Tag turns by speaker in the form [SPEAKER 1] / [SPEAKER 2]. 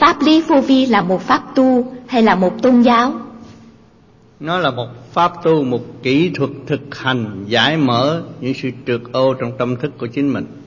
[SPEAKER 1] pháp lý vô vi là một pháp tu hay là một tôn giáo
[SPEAKER 2] nó là một pháp tu một kỹ thuật thực hành giải mở những sự trượt ô trong tâm thức của chính mình